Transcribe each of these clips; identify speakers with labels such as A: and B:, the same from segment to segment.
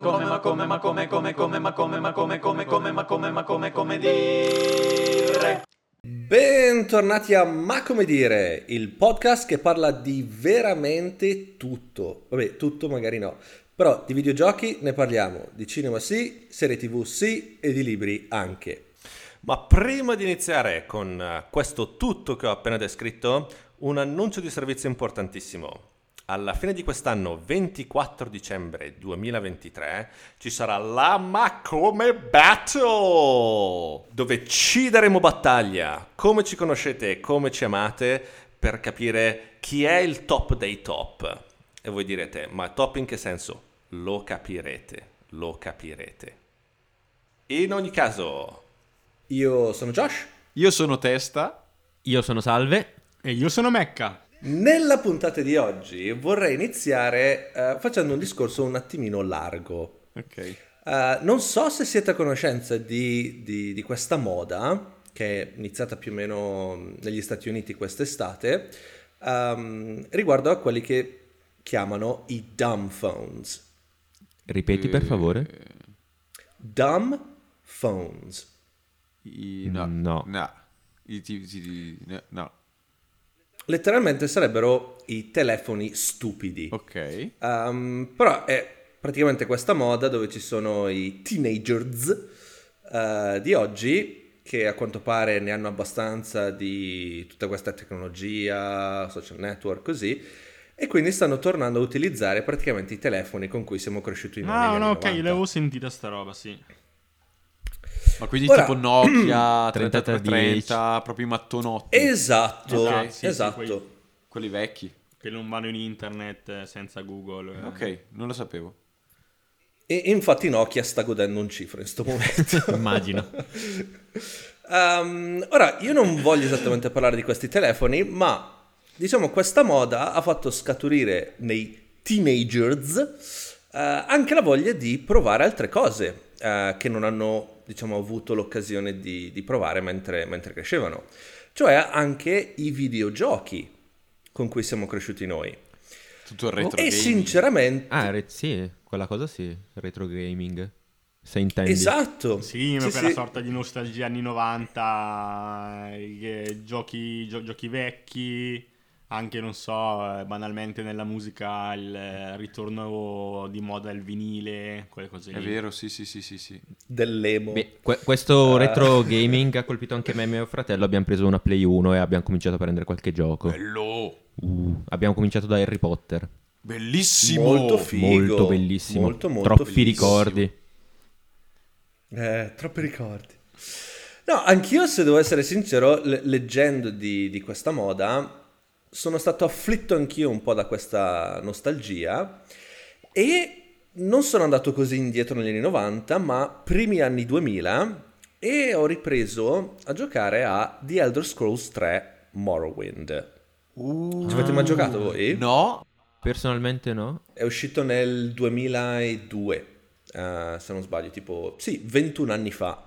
A: Come ma come ma come come come ma come ma come come come ma come ma come come dire
B: Bentornati a Ma come dire, il podcast che parla di veramente tutto. Vabbè, tutto magari no. Però di videogiochi ne parliamo, di cinema sì, serie tv sì e di libri anche.
C: Ma prima di iniziare con eh, questo tutto che ho appena descritto, un annuncio di servizio importantissimo. Alla fine di quest'anno, 24 dicembre 2023, ci sarà la Ma Come Battle, dove ci daremo battaglia, come ci conoscete e come ci amate, per capire chi è il top dei top. E voi direte, ma top in che senso? Lo capirete, lo capirete. In ogni caso,
B: Io sono Josh.
D: Io sono Testa.
E: Io sono Salve.
D: E io sono Mecca.
B: Nella puntata di oggi vorrei iniziare eh, facendo un discorso un attimino largo.
D: Ok.
B: Eh, non so se siete a conoscenza di, di- di questa moda che è iniziata più o meno mm, negli Stati Uniti quest'estate ehm, riguardo a quelli che chiamano i dumb phones.
E: Ripeti per favore.
B: Dumb phones.
D: I- no.
E: No.
D: No. I- ti- ti- no, no.
B: Letteralmente sarebbero i telefoni stupidi.
D: Ok.
B: Um, però è praticamente questa moda dove ci sono i teenagers eh, di oggi che a quanto pare ne hanno abbastanza di tutta questa tecnologia, social network, così, e quindi stanno tornando a utilizzare praticamente i telefoni con cui siamo cresciuti noi.
F: Ah,
B: negli anni
F: no, ok,
B: 90.
F: l'avevo sentita sta roba, sì.
D: Ma quindi
B: Ora-
D: tipo Nokia 3330,
E: 3310.
D: proprio i mattonotti.
B: Esatto,
F: Ok, sì, sì,
B: esatto.
F: quei-
D: quelli vecchi.
F: Che non vanno in internet eh, senza Google. eh.
D: Ok, non lo sapevo.
B: E infatti Nokia sta godendo un cifro in sto momento.
E: Immagino.
B: Ehm, ora, io non voglio esattamente parlare di questi telefoni, ma diciamo questa moda ha fatto scaturire nei teenagers eh, anche la voglia di provare altre cose eh, che non hanno, diciamo, avuto l'occasione di, di provare mentre, mentre crescevano. Cioè anche i videogiochi con cui siamo cresciuti noi.
D: Tutto il retro
B: e
D: gaming.
B: sinceramente...
E: Ah, re- sì, quella cosa sì, retro gaming. Se intendi.
B: Esatto.
F: Sì, ma
B: Sì,
F: quella
B: sì.
F: sorta di nostalgia anni 90, eh, giochi, gio- giochi vecchi, anche non so, eh, banalmente nella musica il eh, ritorno di moda il vinile, quelle cose
D: È
F: lì.
D: vero, sì, sì, sì, sì, sì.
B: Dell'emo.
E: Beh, que- questo
D: Ah.
B: Eh.
E: retro gaming ha colpito anche me e mio fratello. Abbiamo preso una Play 1 e abbiamo cominciato a prendere qualche gioco.
D: Bello!
E: Uh, abbiamo cominciato da Harry Potter.
D: Bellissimo!
B: Molto figo.
E: molto bellissimo.
B: Molto, molto
E: Troppi
B: bellissimo.
E: ricordi.
B: Eh, troppi ricordi. No, anch'io, se devo essere sincero, le- leggendo di, di questa moda, sono stato afflitto anch'io un po' da questa nostalgia e non sono andato così indietro negli anni 90, ma primi anni 2000 e ho ripreso a giocare a The Elder Scrolls 3 Morrowind. Ci avete mai giocato voi?
D: No?
E: Personalmente no.
B: È uscito nel 2002, eh, se non sbaglio, tipo, sì, 21 anni fa.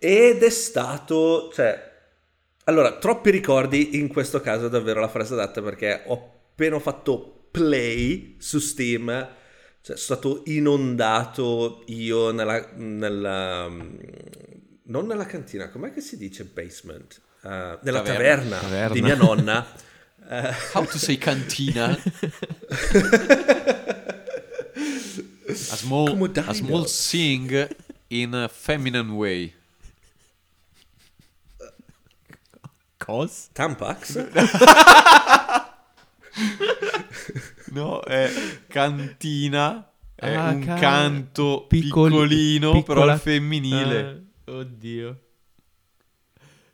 B: Ed è stato, cioè, allora, troppi ricordi, in questo caso è davvero la frase adatta perché ho appena fatto play su Steam, cioè, sono stato inondato io nella, nella- mm, non nella cantina, com'è che si dice basement? Eh, nella taverna,
D: Taverna.
B: di
E: Taverna.
B: mia nonna. Eh,
D: How to say cantina? a small,
B: Comodino.
D: a small sing in a feminine way.
E: Cos?
B: Tampax?
D: No, è cantina, è
E: Ah,
D: un
E: ca-
D: canto
E: piccoli-
D: piccolino, però
E: piccola-
D: al femminile.
E: Ah, oddio.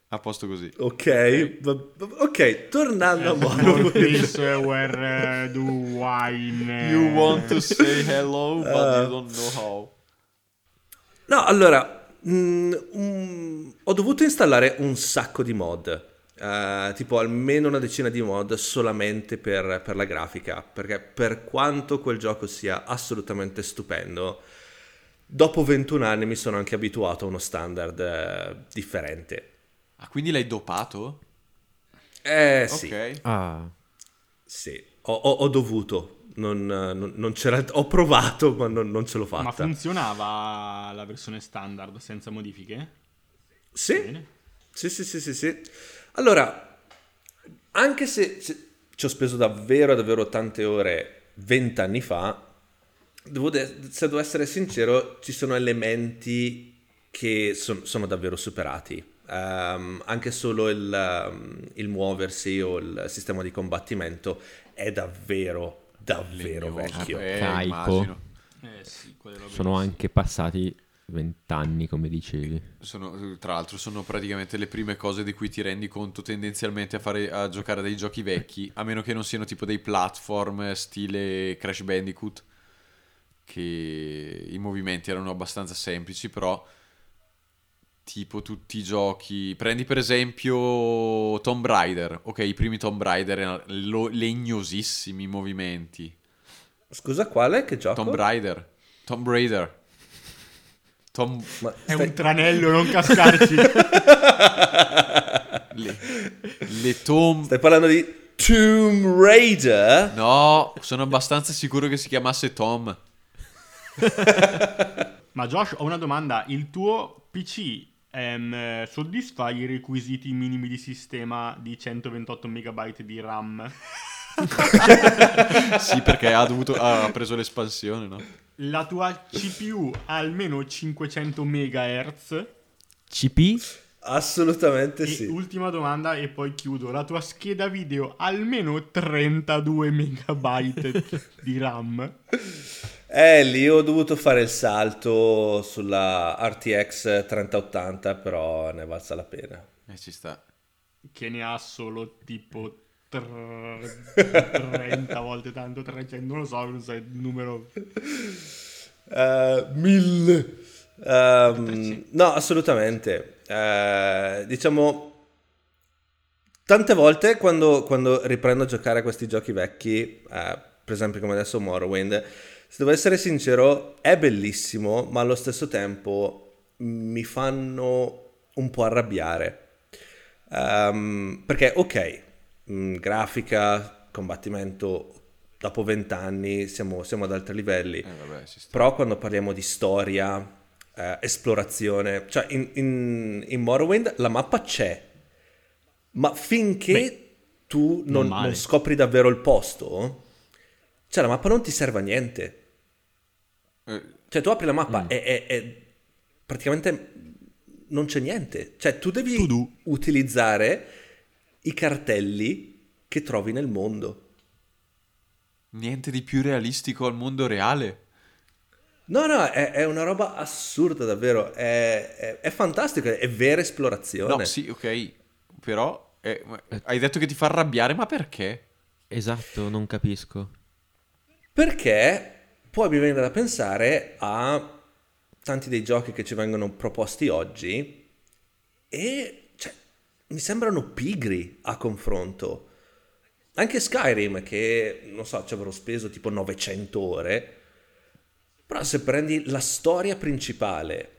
D: A posto così.
B: Ok, va- va- ok, tornando a Morrowind.
F: Mortis, Were, eh, Do, Wine. eh.
D: You want to say hello, but
B: Ah.
D: you don't know how.
B: No, allora, mm, mm, ho dovuto installare un sacco di mod, eh, tipo almeno una decina di mod solamente per, per la grafica, perché per quanto quel gioco sia assolutamente stupendo, dopo 21 anni mi sono anche abituato a uno standard eh, differente.
D: Ah, quindi l'hai dopato?
B: Eh sì,
D: Ok.
E: Ah.
B: sì, ho, ho- ho dovuto, Non, eh, non- non c'era... Ho provato, ma non, non ce l'ho
F: Ma
B: fatta.
F: funzionava la versione standard senza modifiche?
B: sì,
F: Bene.
B: sì, sì, sì, sì, sì. Allora, anche se, se ci ho speso davvero, davvero tante ore vent'anni fa, devo de- se devo essere sincero, ci sono elementi che son- sono davvero superati. Ehm, anche solo il, ehm, il muoversi o il sistema di combattimento è davvero, davvero
D: Legnoso.
F: Ah,
B: vecchio.
D: Eh,
E: Caico.
D: immagino.
F: Eh sì, quelle robe
E: Sono
F: lì, sì.
E: anche passati vent'anni, come dicevi.
D: Sono- tra l'altro sono praticamente le prime cose di cui ti rendi conto tendenzialmente a, fare, a giocare a dei giochi vecchi, a meno che non siano tipo dei platform eh, stile Crash Bandicoot, che i movimenti erano abbastanza semplici, però tipo tutti i giochi... Prendi per esempio Tomb Raider, ok, i primi Tomb Raider erano lo- legnosissimi i movimenti.
B: Scusa, quale? Che gioco?
D: Tomb Raider, Tomb Raider. Tomb...
B: Ma
F: È
B: stai-
F: un tranello, non cascarci.
D: Le, le tomb...
B: Stai parlando di Tomb Raider?
D: No, sono abbastanza sicuro che si chiamasse Tom.
F: Ma Josh, ho una domanda. Il tuo PC ehm, soddisfa i requisiti minimi di sistema di 128 MB di RAM?
D: Sì, perché ha, dovuto- ha preso l'espansione, no?
F: La tua CPU ha almeno 500 MHz?
E: CP?
B: Assolutamente
F: E
B: sì.
F: ultima domanda e poi chiudo. La tua scheda video ha almeno 32 MB di RAM?
B: Eh, lì ho dovuto fare il salto sulla RTX 3080, però ne è valsa la pena.
D: E Eh, ci sta.
F: Che ne ha solo tipo... tr- 30 volte tanto 300 non lo so non so il numero
B: Eh, 1000. Ehm, no, assolutamente. Eh, diciamo, tante volte quando, quando riprendo a giocare a questi giochi vecchi, eh, per esempio come adesso Morrowind, se devo essere sincero, è bellissimo, ma allo stesso tempo mi fanno un po' arrabbiare. Ehm, perché, ok, mh, grafica, combattimento, dopo vent'anni siamo, siamo ad altri livelli.
D: Eh, vabbè, ci sta.
B: Però quando parliamo di storia, eh, esplorazione, cioè in, in- in Morrowind la mappa c'è, ma finché tu non,
F: male.
B: non scopri davvero il posto, cioè la mappa non ti serve a niente.
D: Eh,
B: Cioè tu apri la mappa e, e- e praticamente non c'è niente. Cioè tu devi utilizzare i cartelli che trovi nel mondo.
D: niente di più realistico al mondo reale.
B: No, no, è, è una roba assurda davvero, è, è- è fantastico, è vera esplorazione.
D: No, sì, ok. Però eh, ma- hai detto che ti fa arrabbiare, ma perché?
E: Esatto, non capisco.
B: Perché poi mi viene da pensare a tanti dei giochi che ci vengono proposti oggi e cioè, mi sembrano pigri a confronto. Anche Skyrim, che non so, ci avrò speso tipo 900 ore, però se prendi la storia principale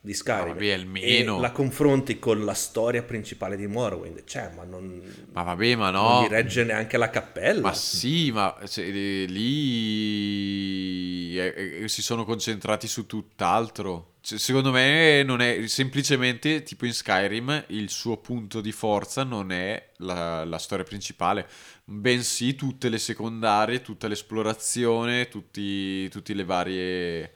B: di Skyrim
D: vabbè, almeno.
B: e la confronti con la storia principale di Morrowind, cioè, ma non,
D: Ma vabbè, ma
B: non
D: no.
B: gli regge neanche la cappella.
D: Ma sì, ma se- eh, lì eh, eh, si sono concentrati su tutt'altro. Cioè, secondo me non è semplicemente tipo in Skyrim il suo punto di forza non è la, la storia principale, bensì tutte le secondarie, tutta l'esplorazione, tutti, tutte le varie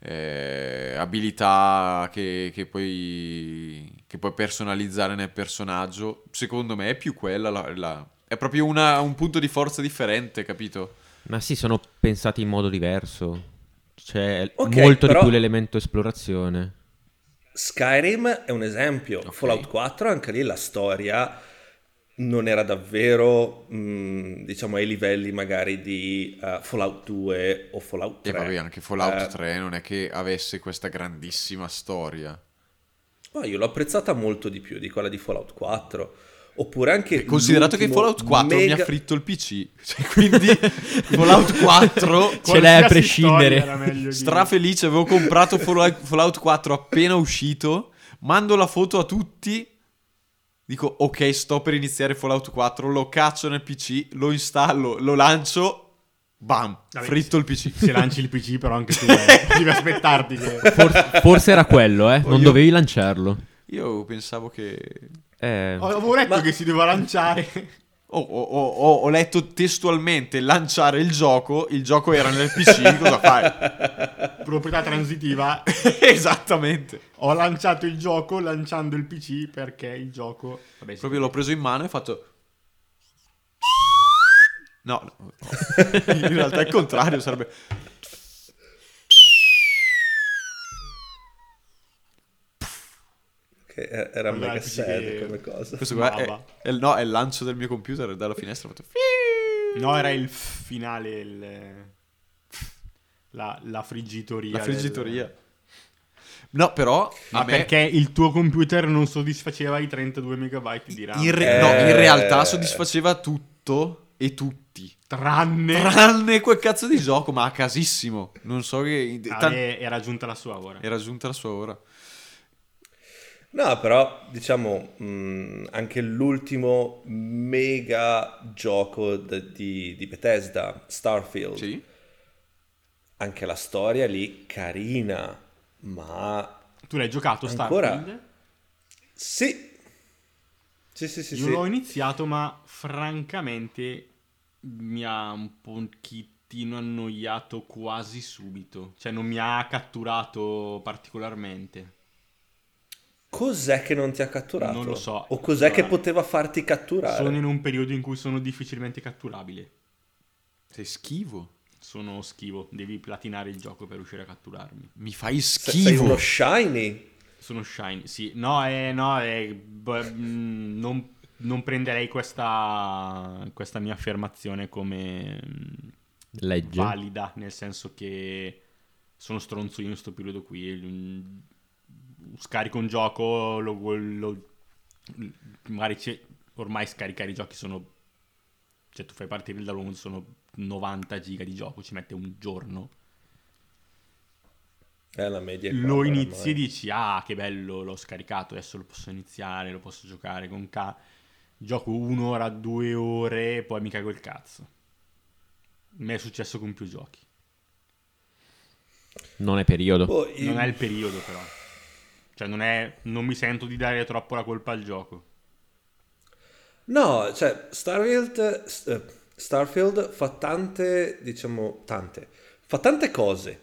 D: eh, abilità che, che puoi, che puoi personalizzare nel personaggio. Secondo me è più quella la- la- È proprio una- un punto di forza differente, capito?
E: Ma sì, sono pensati in modo diverso. C'è
B: Ok,
E: molto
B: però-
E: di più l'elemento esplorazione.
B: Skyrim è un esempio, Fallout 4 anche lì la storia non era davvero, mh, diciamo, ai livelli magari di eh, Fallout 2 o Fallout
D: E
B: 3.
D: vabbè, anche Fallout
B: Eh,
D: 3 non è che avesse questa grandissima storia.
B: poi io l'ho apprezzata molto di più di quella di Fallout 4. Oppure anche...
D: E considerato che
B: l'ultimo
D: Fallout 4 mi
B: mega-
D: ha fritto il PC, Cioè, quindi Fallout 4
E: Ce l'hai a
F: Qualsiasi
E: prescindere.
F: storia era meglio di-
D: strafelice, avevo comprato Fallout Fallout 4 appena uscito, mando la foto a tutti, dico ok sto per iniziare Fallout 4, lo caccio nel PC, lo installo, lo lancio Bam,
F: Vabbè,
D: fritto il PC.
F: Se lanci il PC, però anche tu eh, devi aspettarti. Che...
E: Forse, forse era quello, eh. Non
D: Voglio-
E: dovevi lanciarlo.
D: Io pensavo che...
E: Eh,
F: Ho- Avevo letto
B: Ma-
F: che si doveva lanciare.
D: Oh, ho, ho- ho- ho letto testualmente lanciare il gioco, il gioco era nel PC, cosa fai?
F: Proprietà transitiva.
D: Esattamente.
F: Ho lanciato il gioco lanciando il PC perché il gioco. Vabbè, sì.
D: Proprio l'ho preso in mano e ho fatto... No, no. in realtà è il contrario, sarebbe...
B: Che era era
F: Allora,
B: mega
F: dici
B: sad
F: che-
B: come cosa.
D: Questo qua è,
F: Mamma.
D: è il- no, è il lancio del mio computer dalla finestra. ho Fatto...
F: No, era il finale. il- La, la friggitoria.
D: La
F: del-
D: friggitoria. eh. No, però...
F: Ma
D: a me-
F: perché il tuo computer non soddisfaceva i 32 megabyte di RAM?
D: In, re- no, in
B: Eh.
D: realtà soddisfaceva tutto e tutti.
F: Tranne.
D: Tranne quel cazzo di gioco, ma a casissimo. Non so che...
F: Ah,
D: tan-
F: beh, era giunta la sua ora.
D: Era giunta la sua ora.
B: No, però diciamo mh, anche l'ultimo mega gioco de- di, di Bethesda, Starfield.
D: Sì.
B: Anche la storia lì carina, ma
F: Tu l'hai giocato
B: Ancora?
F: Starfield?
B: sì. Sì, sì, sì,
F: Io
B: sì.
F: l'ho iniziato, ma francamente mi ha un pochettino annoiato quasi subito. Cioè, non mi ha catturato particolarmente.
B: Cos'è che non ti ha catturato?
F: Non lo so.
B: O cos'è che
F: Allora,
B: poteva farti catturare?
F: Sono in un periodo in cui sono difficilmente catturabile.
D: Sei schivo.
F: Sono schivo, devi platinare il gioco per riuscire a catturarmi.
D: Mi fai
B: Se- sei uno
D: schifo.
B: shiny?
F: Sono shiny, sì. No, eh, no, eh, b- mm, non, non prenderei questa, questa mia affermazione come... mm,
E: legge.
F: valida, nel senso che sono stronzo io in questo periodo qui. mm, Scarico un gioco, lo, lo- magari c'è- ormai scaricare i giochi sono... Cioè tu fai partire il download, sono 90 giga di gioco, ci mette un giorno.
B: Eh, la media è
F: Lo
B: quella,
F: inizi e
B: ormai.
F: dici, ah che bello, l'ho scaricato, adesso lo posso iniziare, lo posso giocare con K. Gioco un'ora, due ore, poi mi cago il cazzo. Mi è successo con più giochi.
E: Non è periodo.
D: Oh.
B: Boh,
F: Non
B: io-
F: è il periodo, però. Cioè, non, è, non mi sento di dare troppo la colpa al gioco.
B: No, cioè, Starfield, s- eh, Starfield fa tante, diciamo, tante, fa tante cose,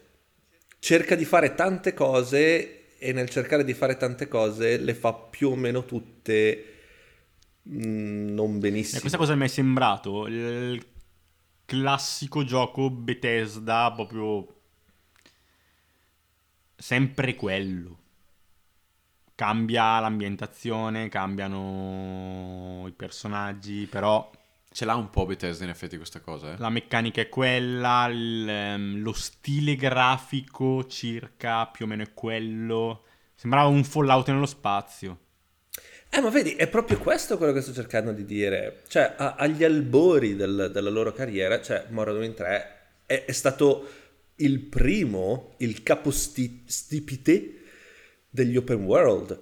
B: cerca di fare tante cose e nel cercare di fare tante cose le fa più o meno tutte mm, non
F: E
B: benissimo.
F: Eh, questa cosa mi è sembrato il classico gioco Bethesda, proprio sempre quello. Cambia l'ambientazione, cambiano i personaggi, però
D: Ce l'ha un po' Bethesda in effetti questa cosa, eh.
F: La meccanica è quella, il, ehm, lo stile grafico circa più o meno è quello. Sembrava un Fallout nello spazio.
B: Eh, ma vedi, è proprio questo quello che sto cercando di dire. Cioè, a- agli albori del- della loro carriera, cioè, Morrowind 3 è, è stato il primo, il capostipite degli open world.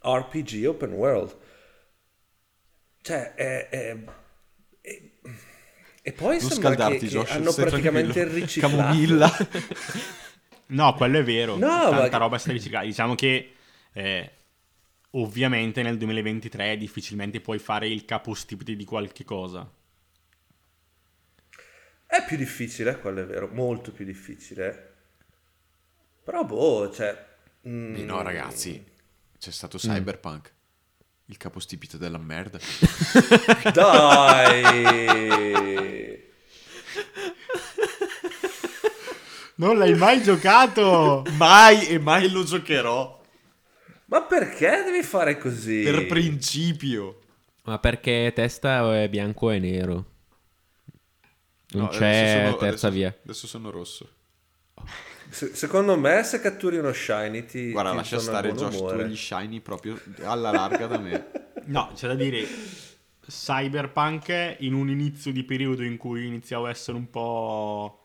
B: RPG open world. Cioè, è... è- è- e poi
D: Non
B: sembra
D: scaldarti,
B: che, che
D: Josh,
B: hanno
D: stai
B: praticamente
D: tranquillo.
B: riciclato...
D: Camomilla.
F: No, quello è vero.
B: No,
F: Tanta
B: ma-
F: roba sta riciclata. Diciamo che eh, ovviamente nel 2023 difficilmente puoi fare il capostipite di qualche cosa.
B: È più difficile, quello è vero, molto più difficile. Però boh, cioè... mm,
D: Eh no, ragazzi. C'è stato Cyberpunk. Il capostipite della merda.
B: Dai!
F: Non l'hai mai giocato!
D: mai e mai lo giocherò.
B: Ma perché devi fare così?
D: Per principio.
E: Ma perché testa è bianco e nero? Non
D: No,
E: c'è
D: adesso sono-
E: terza
D: adesso-
E: via.
D: Adesso sono rosso.
B: Se- secondo me se catturi uno shiny ti...
D: Guarda,
B: ti
D: lascia
B: torna
D: stare
B: il buon
D: Josh, tu
B: umore.
D: e gli shiny proprio alla larga da me.
F: No, c'è da dire, Cyberpunk in un inizio di periodo in cui iniziavo a essere un po'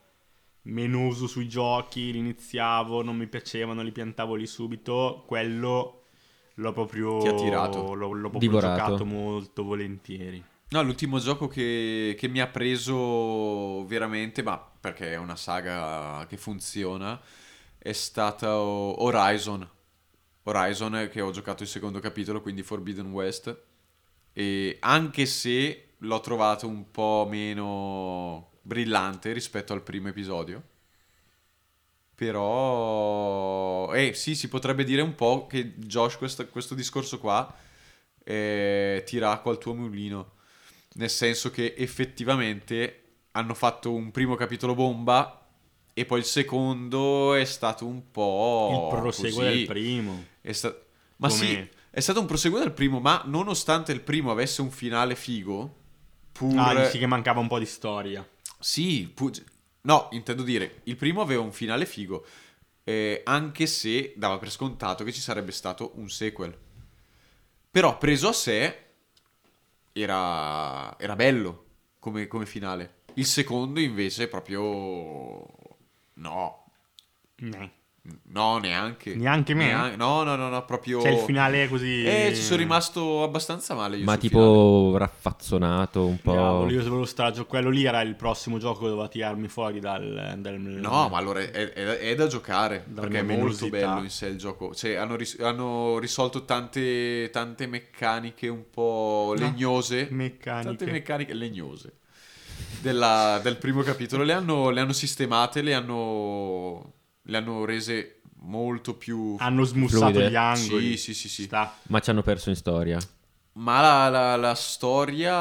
F: menoso sui giochi, li iniziavo, non mi piacevano, li piantavo lì subito, quello l'ho proprio...
D: Ti ha tirato.
F: L'ho, l'ho proprio
E: Divorato.
F: giocato molto volentieri.
D: No, l'ultimo gioco che, che mi ha preso veramente, ma perché è una saga che funziona, è stata Horizon. Horizon eh, che ho giocato il secondo capitolo, quindi Forbidden West. E anche se l'ho trovato un po' meno brillante rispetto al primo episodio. Però, eh sì, si potrebbe dire un po' che Josh, questo, questo discorso qua eh, tira acqua al tuo mulino. Nel senso che effettivamente hanno fatto un primo capitolo bomba e poi il secondo è stato un po'...
F: il proseguo
D: così.
F: del primo.
D: È sta- Ma
F: Com'è?
D: sì, è stato un proseguo del primo, ma nonostante il primo avesse un finale figo, pur...
F: Ah, dici che mancava un po' di storia.
D: Sì, pu- no, intendo dire, il primo aveva un finale figo, eh, anche se dava per scontato che ci sarebbe stato un sequel. Però preso a sé era, era bello come, come finale. Il secondo invece proprio... No, Eh.
F: No.
D: no neanche.
F: Neanche me?
D: Neanche- no, no, no, no, proprio...
F: C'è il finale così...
D: Eh, ci sono rimasto abbastanza male io
E: Ma
D: sul finale.
E: tipo raffazzonato un po'.
F: Cavolo, io solo stragio. Quello lì era il prossimo gioco che doveva tirarmi fuori dal... dal-
D: No, ma allora è, è- è da giocare
F: Da
D: perché è
F: una
D: molto
F: velocità.
D: bello in sé il gioco. Cioè, hanno, ris- hanno risolto tante, tante meccaniche un po'
F: No,
D: legnose.
F: meccaniche.
D: Tante meccaniche legnose della- del primo capitolo. Le hanno, le hanno sistemate, le hanno, le hanno rese molto più.
F: Hanno smussato
E: Fluide.
F: gli
D: Sì,
F: angoli.
D: sì, sì, sì.
F: Sta.
E: Ma ci hanno perso in storia.
D: Ma la, la- la storia,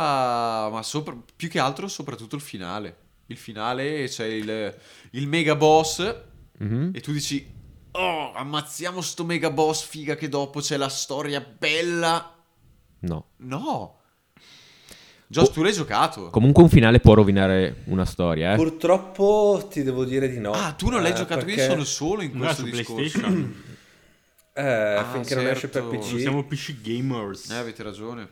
D: ma sopra- più che altro, soprattutto il finale. Il finale, c'è il, il mega boss.
E: Mhm.
D: E tu dici, oh, ammazziamo sto mega boss, figa che dopo c'è la storia bella.
E: No.
D: No. Josh,
E: Oh.
D: tu l'hai giocato.
E: Comunque un finale può rovinare una storia, eh.
B: Purtroppo ti devo dire di no.
D: ah, tu non l'hai
B: eh,
D: giocato, quindi
B: perché,
D: sono solo in
F: Non era
D: questo
F: su
D: discorso.
F: PlayStation.
B: Eh, finché non esce per
D: certo.
B: PC.
F: Non siamo PC gamers.
D: Eh, avete ragione.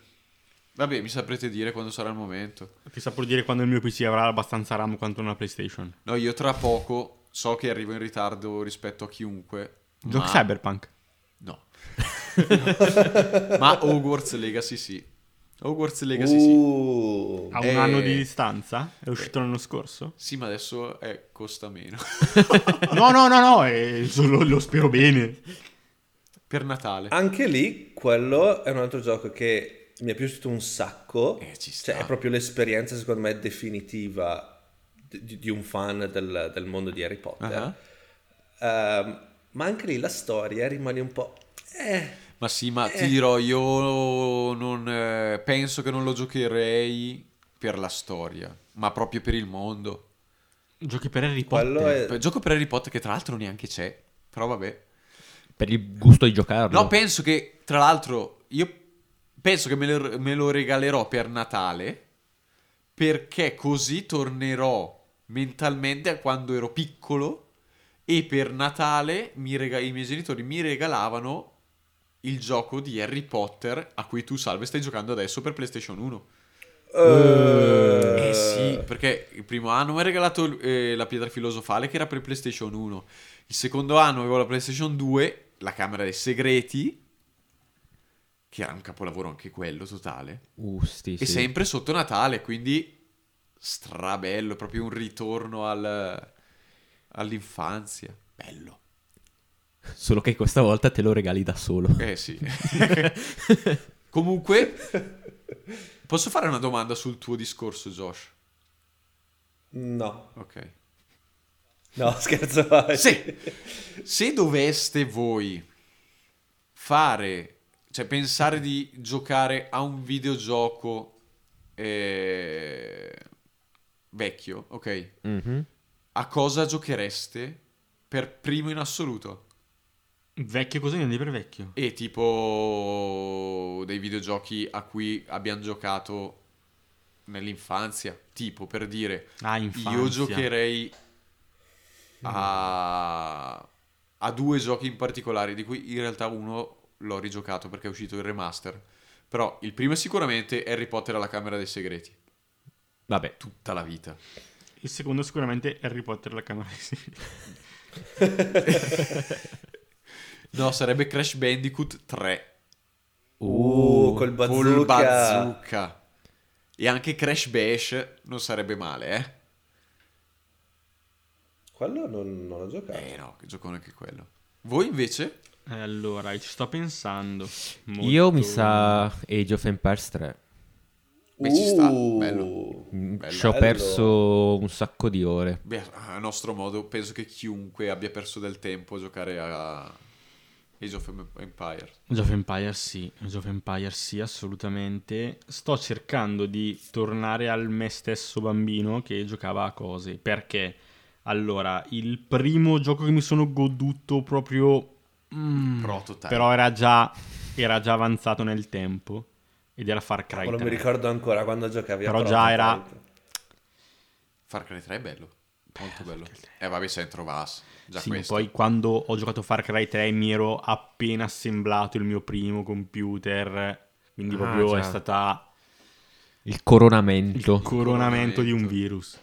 D: Vabbè, mi saprete dire quando sarà il momento.
F: Ti saprò dire quando il mio PC avrà abbastanza RAM quanto una PlayStation.
D: No, io tra poco so che arrivo in ritardo rispetto a chiunque.
F: Giochi
D: ma-
F: Cyberpunk.
D: No. ma Hogwarts Legacy sì. Hogwarts Legacy sì.
B: Uh.
F: A un
D: Eh.
F: anno di distanza? È uscito l'anno scorso?
D: Sì, ma adesso eh, costa meno.
F: No, no, no, no, eh, solo lo spero bene.
D: per Natale.
B: Anche lì, quello è un altro gioco che mi è piaciuto un sacco.
D: Eh, ci sta.
B: cioè, è proprio l'esperienza, secondo me, definitiva di, di un fan del, del mondo di Harry Potter.
D: Ah.
B: Ehm, ma anche lì la storia rimane un po'. Eh.
D: Ma sì, ma ti
B: Eh.
D: dirò, io non, eh, penso che non lo giocherei per la storia, ma proprio per il mondo.
F: Giochi per Harry Potter.
B: Quello è.
D: Per- Gioco per Harry Potter che tra l'altro neanche c'è, però vabbè.
E: Per il gusto di giocarlo.
D: No, penso che tra l'altro io penso che me lo, me lo regalerò per Natale perché così tornerò mentalmente a quando ero piccolo e per Natale mi rega- i miei genitori mi regalavano il gioco di Harry Potter a cui tu salve stai giocando adesso per PlayStation 1.
B: Eh.
D: Eh sì, perché il primo anno mi ha regalato eh, la pietra filosofale che era per PlayStation 1. Il secondo anno avevo la PlayStation 2, la Camera dei Segreti, che era un capolavoro anche quello totale.
E: Uh, sti,
D: E
E: sì.
D: sempre sotto Natale, quindi strabello, proprio un ritorno al- all'infanzia. Bello.
E: Solo che questa volta te lo regali da solo.
D: Eh sì. Comunque, posso fare una domanda sul tuo discorso, Josh?
B: No,
D: Ok.
B: no, scherzo. vai.
D: se, se doveste voi fare, cioè pensare di giocare a un videogioco eh, vecchio, ok,
E: Mhm.
D: a cosa giochereste per primo in assoluto?
F: Vecchio così, non di per vecchio.
D: E tipo dei videogiochi a cui abbiamo giocato nell'infanzia, tipo per dire
F: Ah, infanzia.
D: Io giocherei a... a due giochi in particolare, di cui in realtà uno l'ho rigiocato perché è uscito il remaster. Però il primo è sicuramente Harry Potter alla Camera dei Segreti,
E: Vabbè.
D: tutta la vita.
F: Il secondo sicuramente Harry Potter la camera di segreti.
D: No, sarebbe Crash Bandicoot 3
B: Uh, col bazooka.
D: col bazooka. E anche Crash Bash non sarebbe male, eh?
B: Quello non, non l'ho giocato.
D: Eh no, che giocone anche quello. Voi invece?
F: Eh, Allora, ci sto pensando.
E: Io
F: Molto-
E: mi sa Age of Empires 3.
D: Beh, ci sta,
B: Uh,
D: bello.
E: Mm,
D: Bello.
E: Ci ho
B: Bello.
E: perso un sacco di ore.
D: Beh, a nostro modo, penso che chiunque abbia perso del tempo a giocare a Age of Empire.
F: Age of Empires sì, Age of Empires sì, assolutamente. Sto cercando di tornare al me stesso bambino che giocava a cose, perché allora, il primo gioco che mi sono goduto proprio mm,
D: Prototype.
F: però era già era già avanzato nel tempo ed era Far Cry
B: Quello
F: 3.
B: mi ricordo ancora quando giocavi a
F: Però già
B: Prototype.
F: era-
D: Far Cry 3 è bello, molto bello. E eh, vabbè, se ne trovassi, già
F: Sì,
D: questo.
F: poi quando ho giocato a Far Cry 3 mi ero appena assemblato il mio primo computer, quindi
E: Ah,
F: proprio è
E: già.
F: stata
E: Il coronamento.
F: il coronamento di un virus.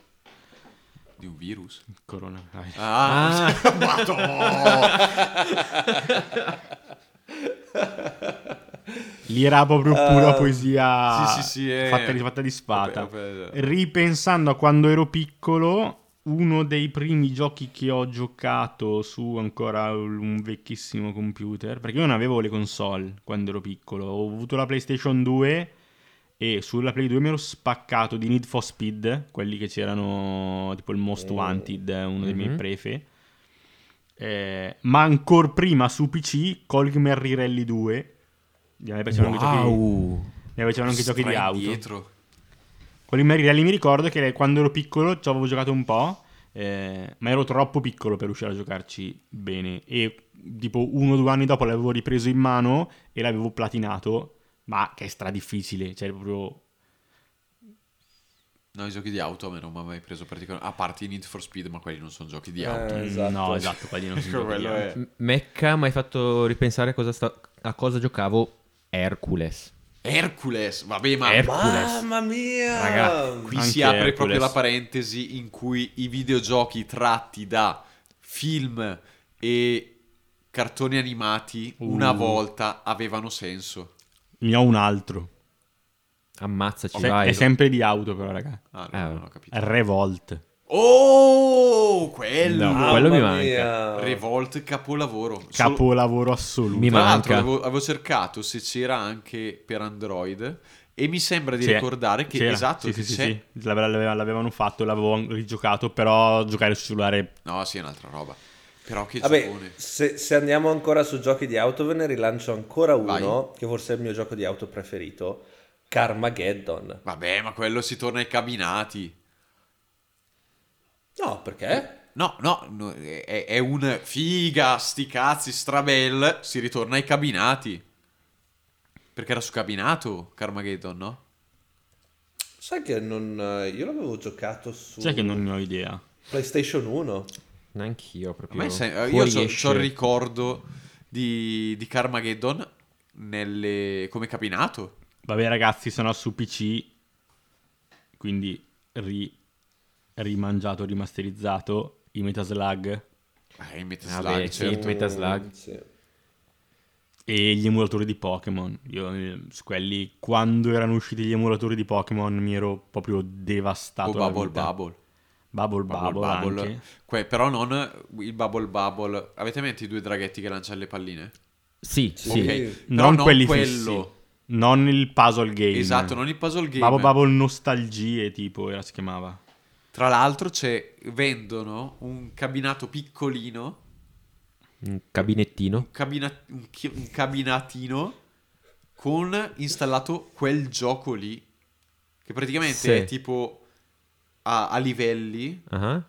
D: Di un virus?
F: Il corona- dai.
D: Ah, Madò!
F: Lì era proprio
B: Ah,
F: pura poesia
D: Eh, sì, sì, sì, eh.
F: Ah, fatta, di, fatta di spada.
D: Vabbè, vabbè.
F: Ripensando a quando ero piccolo, uno dei primi giochi che ho giocato su ancora un vecchissimo computer, perché io non avevo le console quando ero piccolo, ho avuto la PlayStation 2 e sulla Play 2 mi ero spaccato di Need for Speed, quelli che c'erano tipo il Most
B: Mm.
F: Wanted, uno dei miei
E: Eh, Mhm.
F: prefe. Eh, ma ancora prima su PC Colgmer Rally 2 a me piacevano anche i giochi-
E: Wow.
F: mi piacevano anche i giochi di
D: Stra
F: auto
D: indietro.
F: con i Marinelli mi ricordo che quando ero piccolo ci avevo giocato un po', eh, ma ero troppo piccolo per riuscire a giocarci bene. E tipo uno o due anni dopo l'avevo ripreso in mano e l'avevo platinato, ma che è stradifficile, cioè proprio...
D: No, i giochi di auto a me non mi ha mai preso particolarmente. A parte i Need for Speed, ma quelli non sono giochi di
B: Eh,
D: auto.
B: esatto.
F: No, esatto, quelli non sono
D: Quello
F: giochi.
D: è-
E: M- Mecca mi hai fatto ripensare a cosa, sta- a cosa giocavo Hercules.
D: Hercules, vabbè, ma
E: Her-
B: Mamma mia!
E: Raga,
D: qui
F: Anche
D: si apre
F: Hercules.
D: proprio la parentesi in cui i videogiochi tratti da film e cartoni animati una
F: Uh.
D: volta avevano senso.
F: Ne ho un altro.
E: Ammazzaci,
F: Se-
E: vai.
F: è sempre di auto però, raga.
D: Ah, no,
E: Ah.
D: non ho capito.
F: Revolt.
D: Oh, quello!
E: No. Quello mi manca.
B: mia.
D: Revolt capolavoro. Solo-
F: Capolavoro assoluto.
E: Mi
D: Tra l'altro
E: manca.
D: avevo, avevo cercato se c'era anche per Android e mi sembra di
F: C'è-
D: ricordare che
F: c'era.
D: esatto,
F: sì,
D: che
F: sì, sì,
D: c'è.
F: sì. L'ave- l'aveva- L'avevano fatto, l'avevo rigiocato, però giocare sul cellulare
D: No, sì, è un'altra roba. Però che
B: Vabbè,
D: giocone.
B: se, se andiamo ancora su giochi di auto, ve ne rilancio ancora uno,
D: Vai.
B: che forse è il mio gioco di auto preferito, Carmageddon.
D: Vabbè, ma quello si torna ai cabinati.
B: No, perché?
D: No, no, no, è, è un figa, sti cazzi, strabel, si ritorna ai cabinati. Perché era su cabinato Carmageddon, no?
B: Sai che non... eh, io l'avevo giocato su
F: Sai che non ne ho idea.
B: PlayStation 1.
E: Neanch'io
D: A
E: proprio.
D: me se- io
E: Fuori
D: c'ho,
E: esce.
D: c'ho il ricordo di, di Carmageddon nelle- come cabinato.
F: Vabbè ragazzi, sono su PC, quindi ri- rimangiato, rimasterizzato, i Metaslug
D: Eh, in Metal
E: Vabbè,
D: Slug,
E: sì,
D: certo.
E: Metal Slug.
B: Sì.
F: e gli emulatori di Pokémon. Io eh, su quelli, quando erano usciti gli emulatori di Pokémon, mi ero proprio devastato.
D: O
F: la
D: Oh, Bubble
F: vita.
D: Bubble.
F: Bubble
D: Bubble
F: Bubble
D: Bubble.
F: anche.
D: Que- però non il Bubble Bubble. Avete in mente i due draghetti che lanciano le palline?
E: Sì, sì.
D: Ok. Però
F: Non,
D: non
F: quelli
D: quello.
F: fissi. Non il puzzle game.
D: Esatto, non il puzzle game.
F: Bubble Bubble Nostalgie, tipo, era, si chiamava.
D: Tra l'altro c'è, vendono un cabinato piccolino,
E: Un cabinettino.
D: un, cabina- un chi- un cabinatino con installato quel gioco lì, che praticamente
E: Sì.
D: è tipo a, a livelli,
E: Ah.